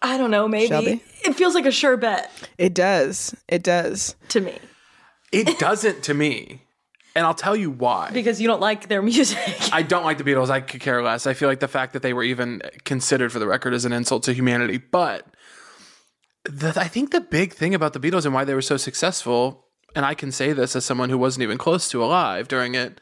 Speaker 1: I don't know, maybe.
Speaker 3: Shelby?
Speaker 1: It feels like a sure bet
Speaker 3: It does. It does.
Speaker 1: to me
Speaker 2: It doesn't to me. And I'll tell you why.
Speaker 1: because you don't like their music.
Speaker 2: I don't like the Beatles. I could care less. I feel like the fact that they were even considered for the record is an insult to humanity. But the, I think the big thing about the Beatles and why they were so successful, and I can say this as someone who wasn't even close to alive during it,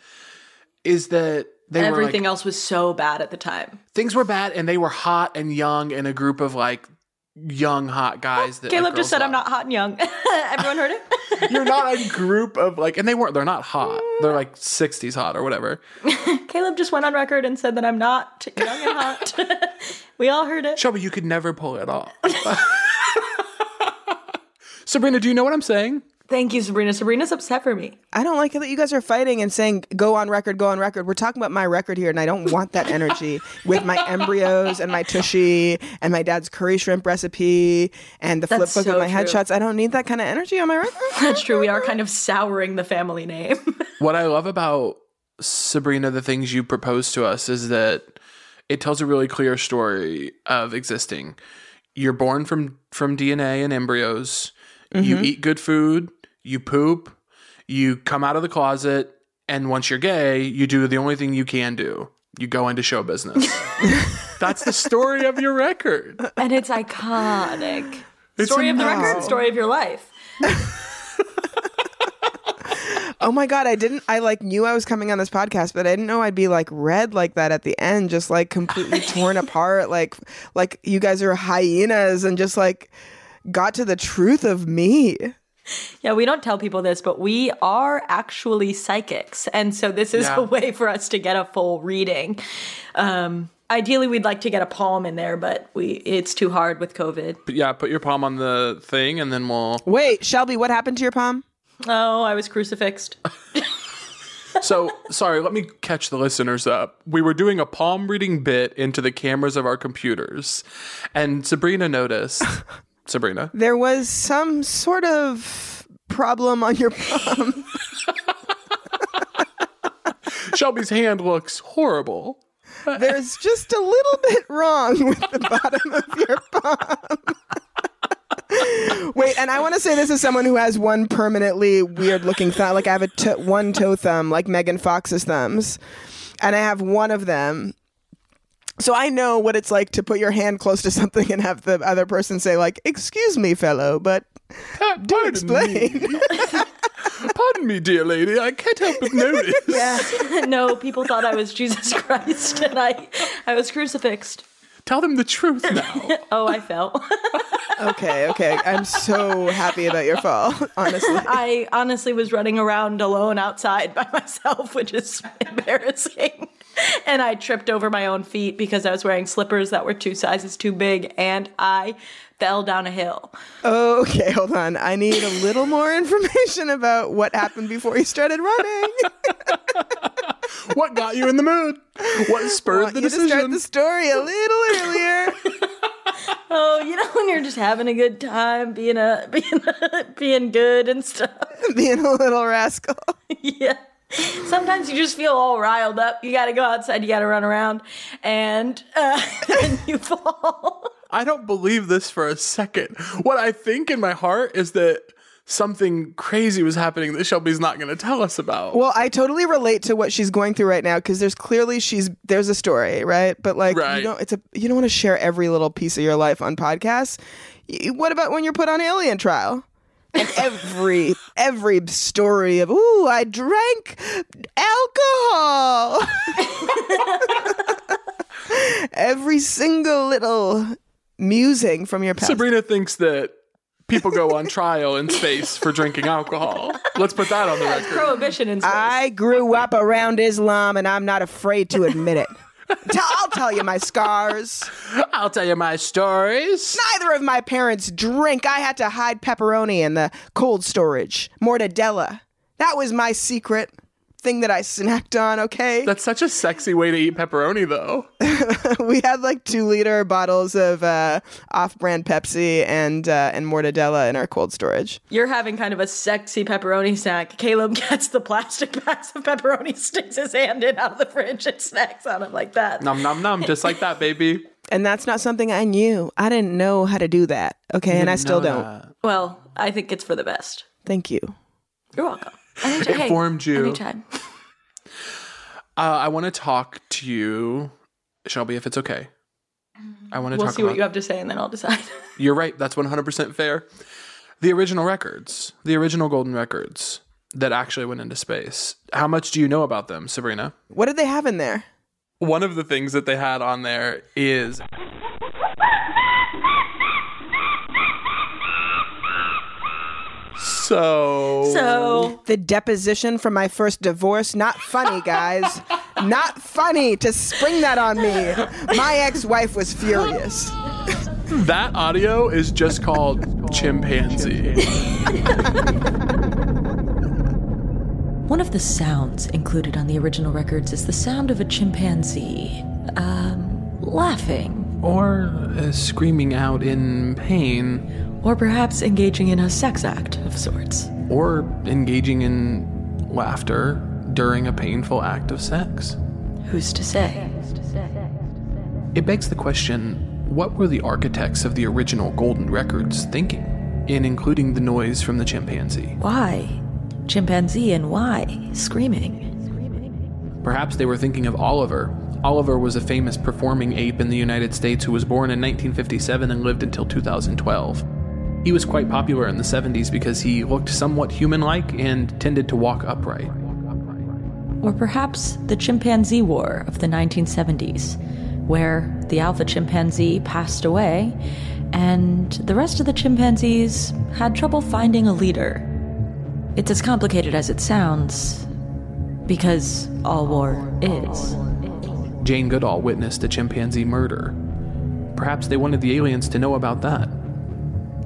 Speaker 2: is that they were like,
Speaker 1: Everything else was so bad at the time.
Speaker 2: things were bad and they were hot and young and a group of like young hot guys that
Speaker 1: Oh, Caleb
Speaker 2: like, girls
Speaker 1: just said, I'm
Speaker 2: loved.
Speaker 1: not hot and young. Everyone heard it?
Speaker 2: you're not a group of like and they weren't they're not hot they're like 60s hot or whatever
Speaker 1: Caleb just went on record and said that I'm not young and hot. we all heard it.
Speaker 2: Shelby, you could never pull it off. Sabrina, do you know what I'm saying?
Speaker 1: Thank you, Sabrina. Sabrina's upset for me.
Speaker 3: I don't like it that you guys are fighting and saying go on record, go on record. We're talking about my record here, and I don't want that energy with my embryos and my tushy and my dad's curry shrimp recipe and the flip
Speaker 1: That's
Speaker 3: book
Speaker 1: so
Speaker 3: of my
Speaker 1: true.
Speaker 3: headshots. I don't need that kind of energy on my record.
Speaker 1: That's true. We are kind of souring the family name.
Speaker 2: What I love about Sabrina, the things you propose to us is that it tells a really clear story of existing. You're born from from DNA and embryos. You eat good food. You poop. You come out of the closet, and once you're gay, you do the only thing you can do. You go into show business. That's the story of your record.
Speaker 1: and it's iconic.
Speaker 2: It's
Speaker 1: story of the
Speaker 2: amazing.
Speaker 1: record, story of your life.
Speaker 3: Oh my god, I didn't. I like knew I was coming on this podcast, but I didn't know I'd be like read like that at the end, just like completely torn apart. Like, like you guys are hyenas and just like got to the truth of me.
Speaker 1: Yeah, we don't tell people this, but we are actually psychics. And so this is
Speaker 2: Yeah.
Speaker 1: a way for us to get a full reading. Um, ideally, we'd like to get a palm in there, but we it's too hard with COVID.
Speaker 2: But yeah, put your palm on the thing, and then we'll.
Speaker 3: Wait, Shelby, what happened to your palm?
Speaker 1: Oh, I was crucifixed.
Speaker 2: So, sorry, let me catch the listeners up. We were doing a palm reading bit into the cameras of our computers, and Sabrina noticed. Sabrina,
Speaker 3: There was some sort of problem on your palm.
Speaker 2: Shelby's hand looks horrible.
Speaker 3: There's just a little bit wrong with the bottom of your palm. Wait, and I want to say this is someone who has one permanently weird looking thumb. Like I have a to- one toe thumb, like Megan Fox's thumbs, and I have one of them. So I know what it's like to put your hand close to something and have the other person say, like, "Excuse me, fellow," but
Speaker 2: Do
Speaker 3: explain.
Speaker 2: Pardon me, dear lady. I can't help but notice.
Speaker 1: no, people thought I was Jesus Christ, and I I was crucifixed.
Speaker 2: Tell them the truth now.
Speaker 1: Oh, I fell.
Speaker 3: okay, okay. I'm so happy about your fall. Honestly,
Speaker 1: I honestly was running around alone outside by myself, which is embarrassing. And I tripped over my own feet because I was wearing slippers that were two sizes too big, and I fell down a hill.
Speaker 3: Okay, hold on. I need a little more information about what happened before you started running.
Speaker 2: what got you in the mood? What spurred
Speaker 3: Want
Speaker 2: the
Speaker 3: you to start
Speaker 2: decision?
Speaker 3: the story a little earlier.
Speaker 1: Oh, you know when you're just having a good time, being a being a, being good and stuff.
Speaker 3: Being a little rascal.
Speaker 1: Yeah. Sometimes you just feel all riled up. You got to go outside. You got to run around, and uh, and you fall.
Speaker 2: I don't believe this for a second. What I think in my heart is that something crazy was happening that Shelby's not going to tell us about.
Speaker 3: Well, I totally relate to what she's going through right now because there's clearly she's there's a story, right? But like
Speaker 2: Right.
Speaker 3: you don't it's a you don't want to share every little piece of your life on podcasts. Y- What about when you're put on alien trial? And every every story of ooh, I drank alcohol. every single little musing from your past.
Speaker 2: Sabrina thinks that people go on trial in space for drinking alcohol. Let's put that on the record.
Speaker 1: Prohibition in space.
Speaker 3: I grew up around Islam and I'm not afraid to admit it. Tell- I'll tell you my scars.
Speaker 2: I'll tell you my stories.
Speaker 3: Neither of my parents drink. I had to hide pepperoni in the cold storage. Mortadella. That was my secret thing that I snacked on, okay?
Speaker 2: That's such a sexy way to eat pepperoni, though.
Speaker 3: we had like two liter bottles of uh, off brand Pepsi and, uh, and Mortadella in our cold storage.
Speaker 1: You're having kind of a sexy pepperoni snack. Caleb gets the plastic bags of pepperoni, sticks his hand in out of the fridge, and snacks on them like that.
Speaker 2: Nom nom nom, just like that, baby.
Speaker 3: And that's not something I knew. I didn't know how to do that, okay? And I still don't.
Speaker 1: Well, I think it's for the best.
Speaker 3: Thank you.
Speaker 1: You're welcome. Anytime,
Speaker 2: It formed you.
Speaker 1: Anytime.
Speaker 2: Uh, I want to talk to you, Shelby, if it's okay. I want to
Speaker 1: We'll
Speaker 2: talk
Speaker 1: see
Speaker 2: about.
Speaker 1: what you have to say, and then I'll decide.
Speaker 2: You're right. That's 100% fair. The original records, the original golden records that actually went into space. How much do you know about them, Sabrina?
Speaker 3: What did they have in there?
Speaker 2: One of the things that they had on there is so
Speaker 1: so
Speaker 3: the deposition from my first divorce. Not funny, guys. Not funny to spring that on me. My ex wife was furious.
Speaker 2: That audio is just called chimpanzee.
Speaker 4: One of the sounds included on the original records is the sound of a chimpanzee um, laughing
Speaker 2: Or uh, screaming out in pain,
Speaker 4: or perhaps engaging in a sex act of sorts.
Speaker 2: or engaging in laughter during a painful act of sex.
Speaker 4: Who's to say?
Speaker 2: It begs the question what were the architects of the original golden records thinking in including the noise from the chimpanzee?
Speaker 4: Why? Chimpanzee and why? Screaming.
Speaker 2: Perhaps they were thinking of Oliver. Oliver was a famous performing ape in the United States who was born in 1957 and lived until 2012. He was quite popular in the 70s because he looked somewhat human like and tended to walk upright.
Speaker 4: Or perhaps the Chimpanzee War of the 1970s, where the alpha chimpanzee passed away and the rest of the chimpanzees had trouble finding a leader. It's as complicated as it sounds, because all war is.
Speaker 2: Jane Goodall witnessed a chimpanzee murder. Perhaps they wanted the aliens to know about that.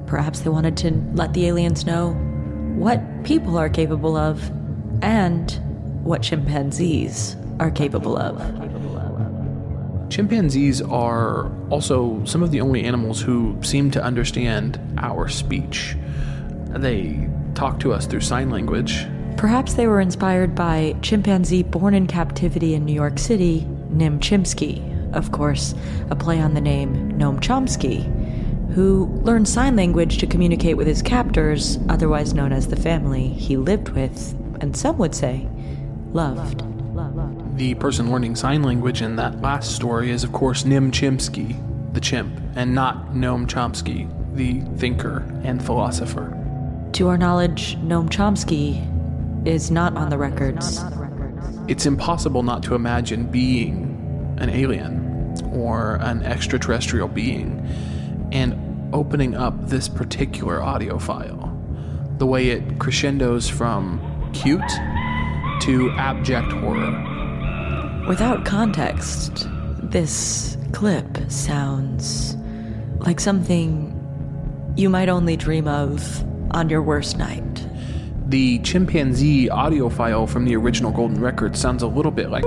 Speaker 4: Perhaps they wanted to let the aliens know what people are capable of and what chimpanzees are capable of.
Speaker 2: Chimpanzees are also some of the only animals who seem to understand our speech. They talk to us through sign language.
Speaker 4: Perhaps they were inspired by chimpanzee born in captivity in New York City, Nim Chimpsky, of course, a play on the name Noam Chomsky, who learned sign language to communicate with his captors, otherwise known as the family he lived with, and some would say loved.
Speaker 2: The person learning sign language in that last story is, of course, Nim Chimpsky, the chimp, and not Noam Chomsky, the thinker and philosopher.
Speaker 4: To our knowledge, Noam Chomsky is not on the records.
Speaker 2: It's impossible not to imagine being an alien or an extraterrestrial being and opening up this particular audio file. The way it crescendos from cute to abject horror.
Speaker 4: Without context, this clip sounds like something you might only dream of on your worst night.
Speaker 2: The chimpanzee audio file from the original Golden Record sounds a little bit like.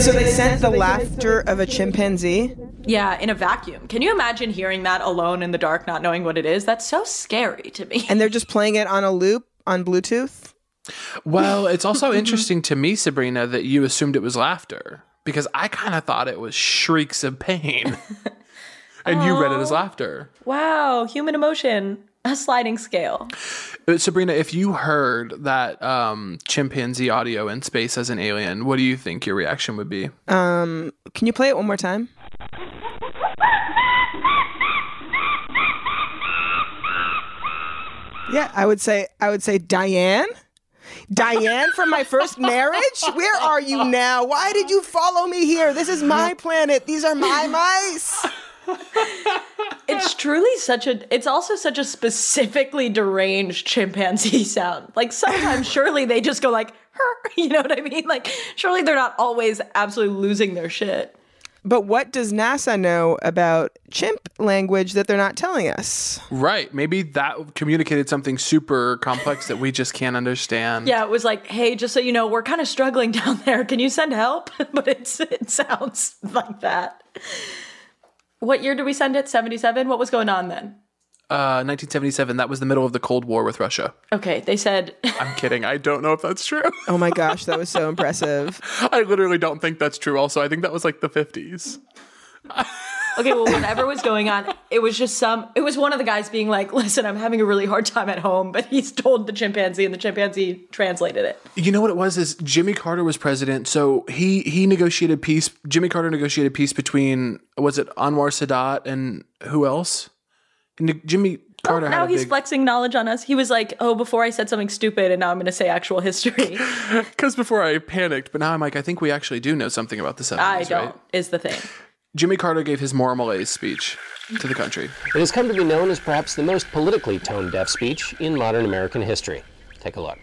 Speaker 3: So they sent the laughter of a chimpanzee.
Speaker 1: Yeah, in a vacuum. Can you imagine hearing that alone in the dark, not knowing what it is? That's so scary to me.
Speaker 3: and they're just playing it on a loop on Bluetooth.
Speaker 2: Well, it's also interesting to me, Sabrina, that you assumed it was laughter because I kind of thought it was shrieks of pain. and you read it as laughter.
Speaker 1: Wow, human emotion, a sliding scale.
Speaker 2: Uh, Sabrina, if you heard that um, chimpanzee audio in space as an alien, what do you think your reaction would be?
Speaker 3: Can you play it one more time? Yeah, I would say I would say Diane. Diane from my first marriage? Where are you now? Why did you follow me here? This is my planet. These are my mice.
Speaker 1: It's truly such a it's also such a specifically deranged chimpanzee sound. Like sometimes surely they just go like "Her," you know what I mean? Like surely they're not always absolutely losing their shit.
Speaker 3: But what does NASA know about chimp language that they're not telling us?
Speaker 2: Right. Maybe that communicated something super complex that we just can't understand.
Speaker 1: Yeah, it was like, hey, just so you know, we're kind of struggling down there. Can you send help? but it's it sounds like that. What year did we send it? 77? What was going on then?
Speaker 2: Uh, 1977, that was the middle of the Cold War with Russia.
Speaker 1: Okay, they said
Speaker 2: I'm kidding. I don't know if that's true.
Speaker 3: Oh my gosh, that was so impressive.
Speaker 2: I literally don't think that's true, also. I think that was like the 50s.
Speaker 1: Okay, well, whatever was going on, it was just some. It was one of the guys being like, "Listen, I'm having a really hard time at home," but he's told the chimpanzee, and the chimpanzee translated it.
Speaker 2: You know what it was is Jimmy Carter was president, so he he negotiated peace. Jimmy Carter negotiated peace between was it Anwar Sadat and who else? Ne- Jimmy Carter. had
Speaker 1: now
Speaker 2: a
Speaker 1: he's
Speaker 2: big-
Speaker 1: flexing knowledge on us. He was like, "Oh, before I said something stupid, and now I'm going to say actual history."
Speaker 2: Because before I panicked, but now I'm like, I think we actually do know something about the 70s,
Speaker 1: I don't
Speaker 2: right?
Speaker 1: is the thing.
Speaker 2: Jimmy Carter gave his moral malaise speech to the country.
Speaker 5: It has come to be known as perhaps the most politically tone deaf speech in modern American history. Take a look.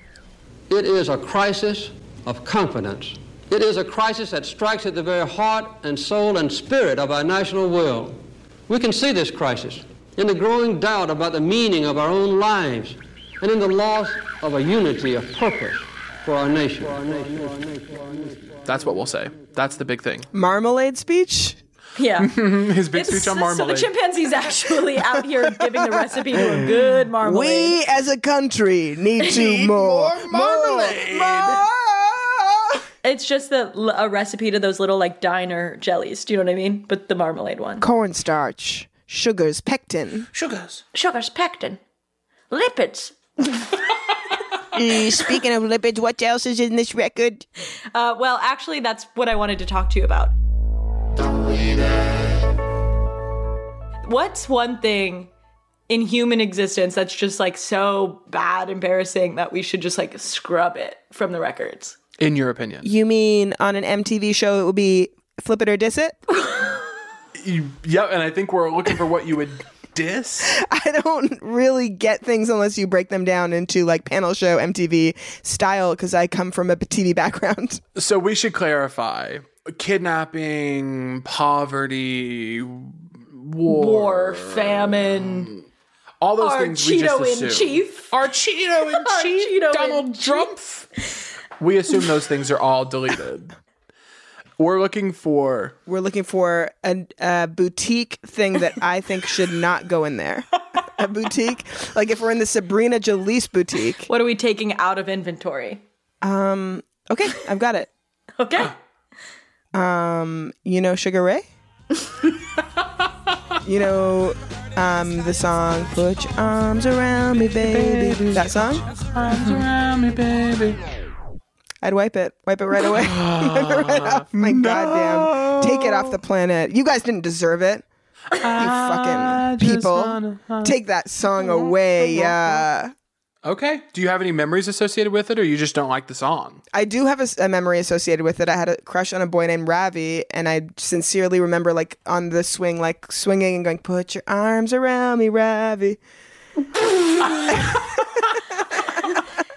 Speaker 6: It is a crisis
Speaker 7: of confidence. It is a crisis that strikes at the very heart and soul and spirit of our national will. We can see this crisis in the growing doubt about the meaning of our own lives and in the loss of a unity of purpose for our nation.
Speaker 2: That's what we'll say. That's the big thing.
Speaker 3: Marmalade speech?
Speaker 1: Yeah.
Speaker 2: Mm-hmm. His big
Speaker 1: It's-
Speaker 2: speech on
Speaker 1: so the
Speaker 2: marmalade.
Speaker 1: chimpanzee's actually out here giving the recipe to a good marmalade.
Speaker 3: We as a country need to more,
Speaker 2: more marmalade.
Speaker 3: More.
Speaker 1: It's just the, a recipe to those little like diner jellies. Do you know what I mean? But the marmalade one.
Speaker 3: Cornstarch, sugars, pectin,
Speaker 2: Sugars.
Speaker 1: Sugar's pectin, lipids.
Speaker 3: Eh, Speaking of lipids, what else is in this record?
Speaker 1: Uh, well, actually, that's what I wanted to talk to you about. What's one thing in human existence that's just like so bad, embarrassing that we should just like scrub it from the records?
Speaker 2: In your opinion.
Speaker 3: You mean on an MTV show it would be Flip It or Diss It?
Speaker 2: You- yeah, and I think we're looking for what you would diss.
Speaker 3: I don't really get things unless you break them down into like panel show MTV style because I come from a TV background.
Speaker 2: So we should clarify kidnapping, poverty, war,
Speaker 1: War, famine,
Speaker 2: all um, those
Speaker 1: our
Speaker 2: things we just
Speaker 1: Cheeto in
Speaker 2: assume.
Speaker 1: chief.
Speaker 2: Our Cheeto in
Speaker 1: Our
Speaker 2: chief,
Speaker 1: Cheeto in
Speaker 2: Donald Trump. We assume those things are all deleted. We're looking for
Speaker 3: We're looking for a, a boutique thing that I think should not go in there. A boutique, like if we're in the Sabrina Jalise boutique.
Speaker 1: What are we taking out of inventory?
Speaker 3: Um, okay, I've got it.
Speaker 1: Okay.
Speaker 3: You know Sugar Ray? you know um, the song Put Your Arms Around Me, Baby? That song? Arms Around Me, Baby. I'd wipe it. Wipe it right away. Wipe it right off. My goddamn. Take it off the planet. You guys didn't deserve it. You fucking people. Take that song away. Yeah.
Speaker 2: Okay. Do you have any memories associated with it, or you just don't like the song?
Speaker 3: I do have a, s- a memory associated with it. I had a crush on a boy named Ravi, and I sincerely remember, like, on the swing, like, swinging and going, Put your arms around me, Ravi.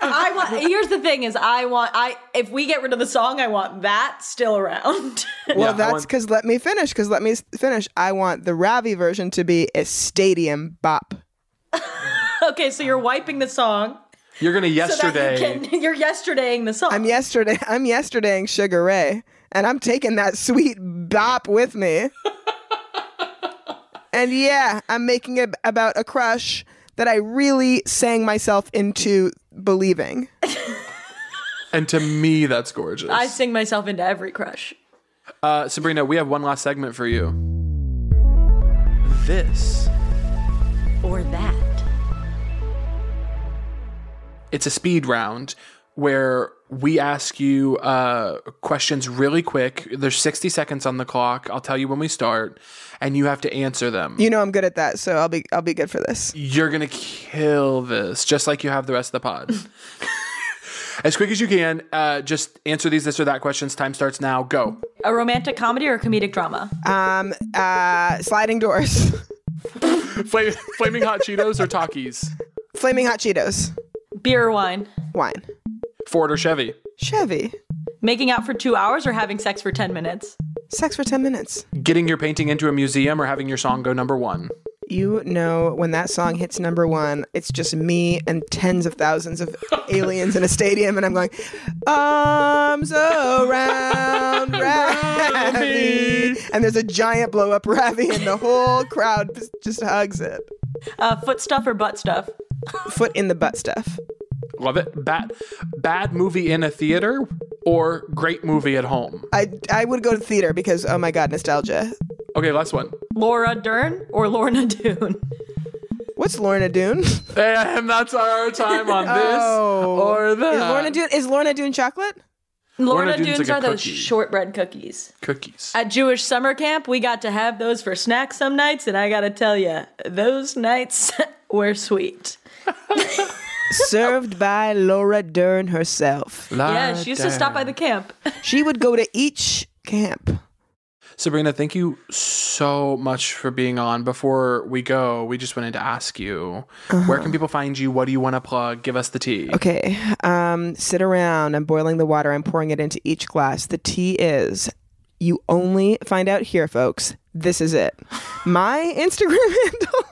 Speaker 1: I want. Here's the thing: is I want. I if we get rid of the song, I want that still around.
Speaker 2: Well,
Speaker 3: That's 'cause that's because let me finish, because let me s- finish. I want the Ravi version to be a stadium bop.
Speaker 1: okay, so you're wiping the song.
Speaker 2: you're gonna
Speaker 1: so that
Speaker 2: yesterday.
Speaker 1: you can, you're yesterdaying the song.
Speaker 3: I'm yesterday, I'm yesterdaying Sugar Ray, and I'm taking that sweet bop with me. and yeah, I'm making it about a crush that I really sang myself into believing.
Speaker 2: and to me, that's gorgeous.
Speaker 1: I sing myself into every crush.
Speaker 2: Uh, Sabrina, we have one last segment for you. This.
Speaker 8: Or that.
Speaker 2: It's a speed round where we ask you uh, questions really quick. There's 60 seconds on the clock. I'll tell you when we start, and you have to answer them.
Speaker 3: You know I'm good at that, so I'll be I'll be good for this.
Speaker 2: You're going to kill this, just like you have the rest of the pod. as quick as you can, uh, just answer these this or that questions. Time starts now. Go.
Speaker 1: A romantic comedy or a comedic drama?
Speaker 3: Um, uh, sliding doors,
Speaker 2: Fla- flaming hot Cheetos or Takis?
Speaker 3: flaming hot Cheetos,
Speaker 1: Beer or wine?
Speaker 3: wine,
Speaker 2: Ford or Chevy?
Speaker 3: Chevy,
Speaker 1: Making out for two hours or having sex for ten minutes?
Speaker 3: sex for ten minutes.
Speaker 2: Getting your painting into a museum or having your song go number one?
Speaker 3: You know when that song hits number one, it's just me and tens of thousands of aliens in a stadium, and I'm going arms around Ravi, and there's a giant blow up Ravi, and the whole crowd just hugs it.
Speaker 1: Uh, foot stuff or butt stuff?
Speaker 3: Foot in the butt stuff.
Speaker 2: Love it. Bad, bad movie in a theater or great movie at home.
Speaker 3: I I would go to theater because oh my god, nostalgia.
Speaker 2: Okay, last one.
Speaker 1: Laura Dern or Lorna Doone?
Speaker 3: What's Lorna Doone?
Speaker 2: And that's our time on this or that.
Speaker 3: Oh. Is Lorna Doone is Lorna Doone chocolate?
Speaker 1: Lorna,
Speaker 2: Lorna Doone's
Speaker 1: Doone's
Speaker 2: like a
Speaker 1: are those
Speaker 2: cookie.
Speaker 1: shortbread cookies.
Speaker 2: Cookies.
Speaker 1: At Jewish summer camp, we got to have those for snacks some nights, and I gotta tell you, those nights were sweet.
Speaker 3: Served by Laura Dern herself.
Speaker 1: Ah, yeah, she used to stop by the camp.
Speaker 3: She would go to each camp.
Speaker 2: Sabrina, thank you so much for being on. Before we go, we just wanted to ask you where can people find you? What do you want to plug? Give us the tea.
Speaker 3: Uh-huh. Okay. Um, sit around. I'm boiling the water. I'm pouring it into each glass. The tea is you only find out here, folks. This is it. My Instagram handle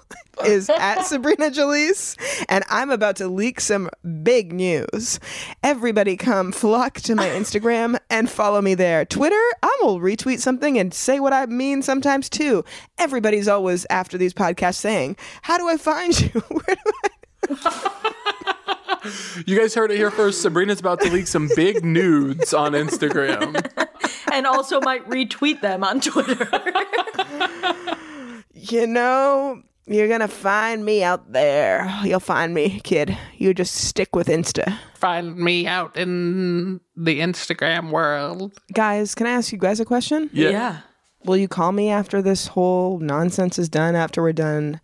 Speaker 3: is at Sabrina Jalise, and I'm about to leak some big news. Everybody come flock to my Instagram and follow me there. Twitter, I will retweet something and say what I mean sometimes too. Everybody's always after these podcasts saying, How do I find you? Where do I
Speaker 2: You guys heard it here first. Sabrina's about to leak some big nudes on Instagram.
Speaker 1: and also might retweet them on Twitter.
Speaker 3: you know, you're gonna find me out there. You'll find me, kid. You just stick with Insta.
Speaker 2: Find me out in the Instagram world.
Speaker 3: Guys, can I ask you guys a question?
Speaker 2: Yeah.
Speaker 3: Will you call me after this whole nonsense is done, after we're done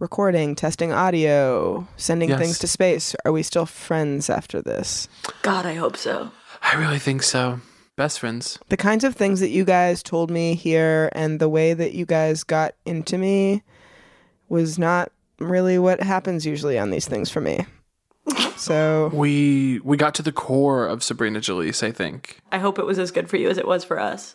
Speaker 3: recording, testing audio, sending
Speaker 2: Yes.
Speaker 3: things to space? Are we still friends after this?
Speaker 1: God, I hope so.
Speaker 2: I really think so. Best friends.
Speaker 3: The kinds of things that you guys told me here and the way that you guys got into me was not really what happens usually on these things for me. So
Speaker 2: We we got to the core of Sabrina Jalise, I think.
Speaker 1: I hope it was as good for you as it was for us.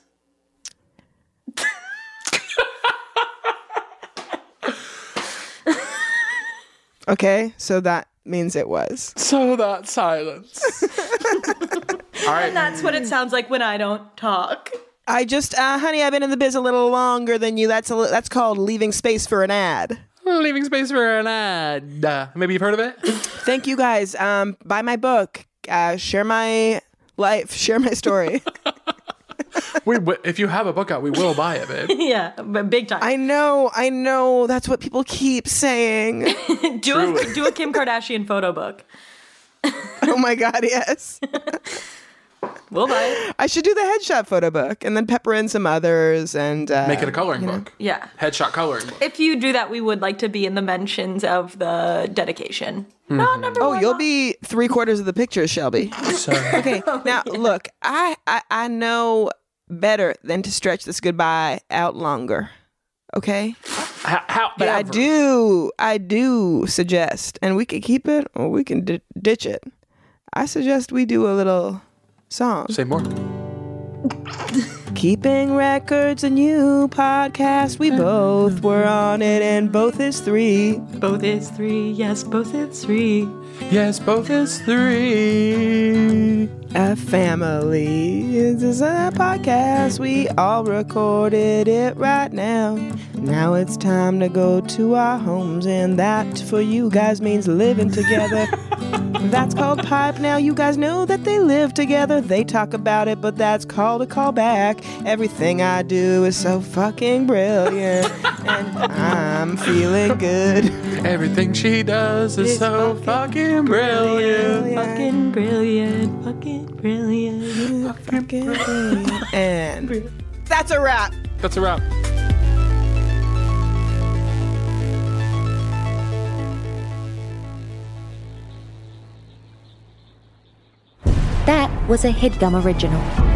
Speaker 3: Okay, so that means it was.
Speaker 2: So that silence. All right.
Speaker 1: That's what it sounds like when I don't talk.
Speaker 3: I just, uh, honey, I've been in the biz a little longer than you. That's a li- that's called leaving space for an ad.
Speaker 2: Leaving space for an ad. Uh, Maybe you've heard of it?
Speaker 3: Thank you guys. Um, buy my book. Uh, share my life. Share my story.
Speaker 2: we, w if you have a book out, we will buy it, babe.
Speaker 1: Yeah, but big time.
Speaker 3: I know, I know. That's what people keep saying.
Speaker 1: do a, do a Kim Kardashian photo book.
Speaker 3: oh my god, yes.
Speaker 1: We'll buy it.
Speaker 3: I should do the headshot photo book and then pepper in some others and uh,
Speaker 2: Make it a coloring book.
Speaker 1: Yeah.
Speaker 2: Headshot coloring book.
Speaker 1: If you do that, we would like to be in the mentions of the dedication. Not number
Speaker 3: Oh,
Speaker 1: one.
Speaker 3: you'll be three quarters of the picture, Shelby.
Speaker 2: So
Speaker 3: Okay, now look, I, I I know better than to stretch this goodbye out longer. Okay,
Speaker 2: How, how,
Speaker 3: but I
Speaker 2: ever.
Speaker 3: do I do suggest, and we could keep it or we can di- ditch it. I suggest we do a little song.
Speaker 2: Say more.
Speaker 3: Keeping Records, a new podcast. We both were on it, and both is three.
Speaker 1: Both is three. Yes, both is three.
Speaker 2: Yes, both is three.
Speaker 3: A family. This is a podcast. We all recorded it right now. Now it's time to go to our homes, and that for you guys means living together. that's called pipe. Now you guys know that they live together. They talk about it, but that's called a callback. Everything I do is so fucking brilliant, and I'm feeling good.
Speaker 2: Everything she does is
Speaker 3: It's
Speaker 2: so
Speaker 3: fucking
Speaker 2: fucking brilliant.
Speaker 1: Fucking brilliant. Fucking brilliant.
Speaker 3: Fucking brilliant. And that's a wrap.
Speaker 2: That's a wrap.
Speaker 8: That was a headgum original.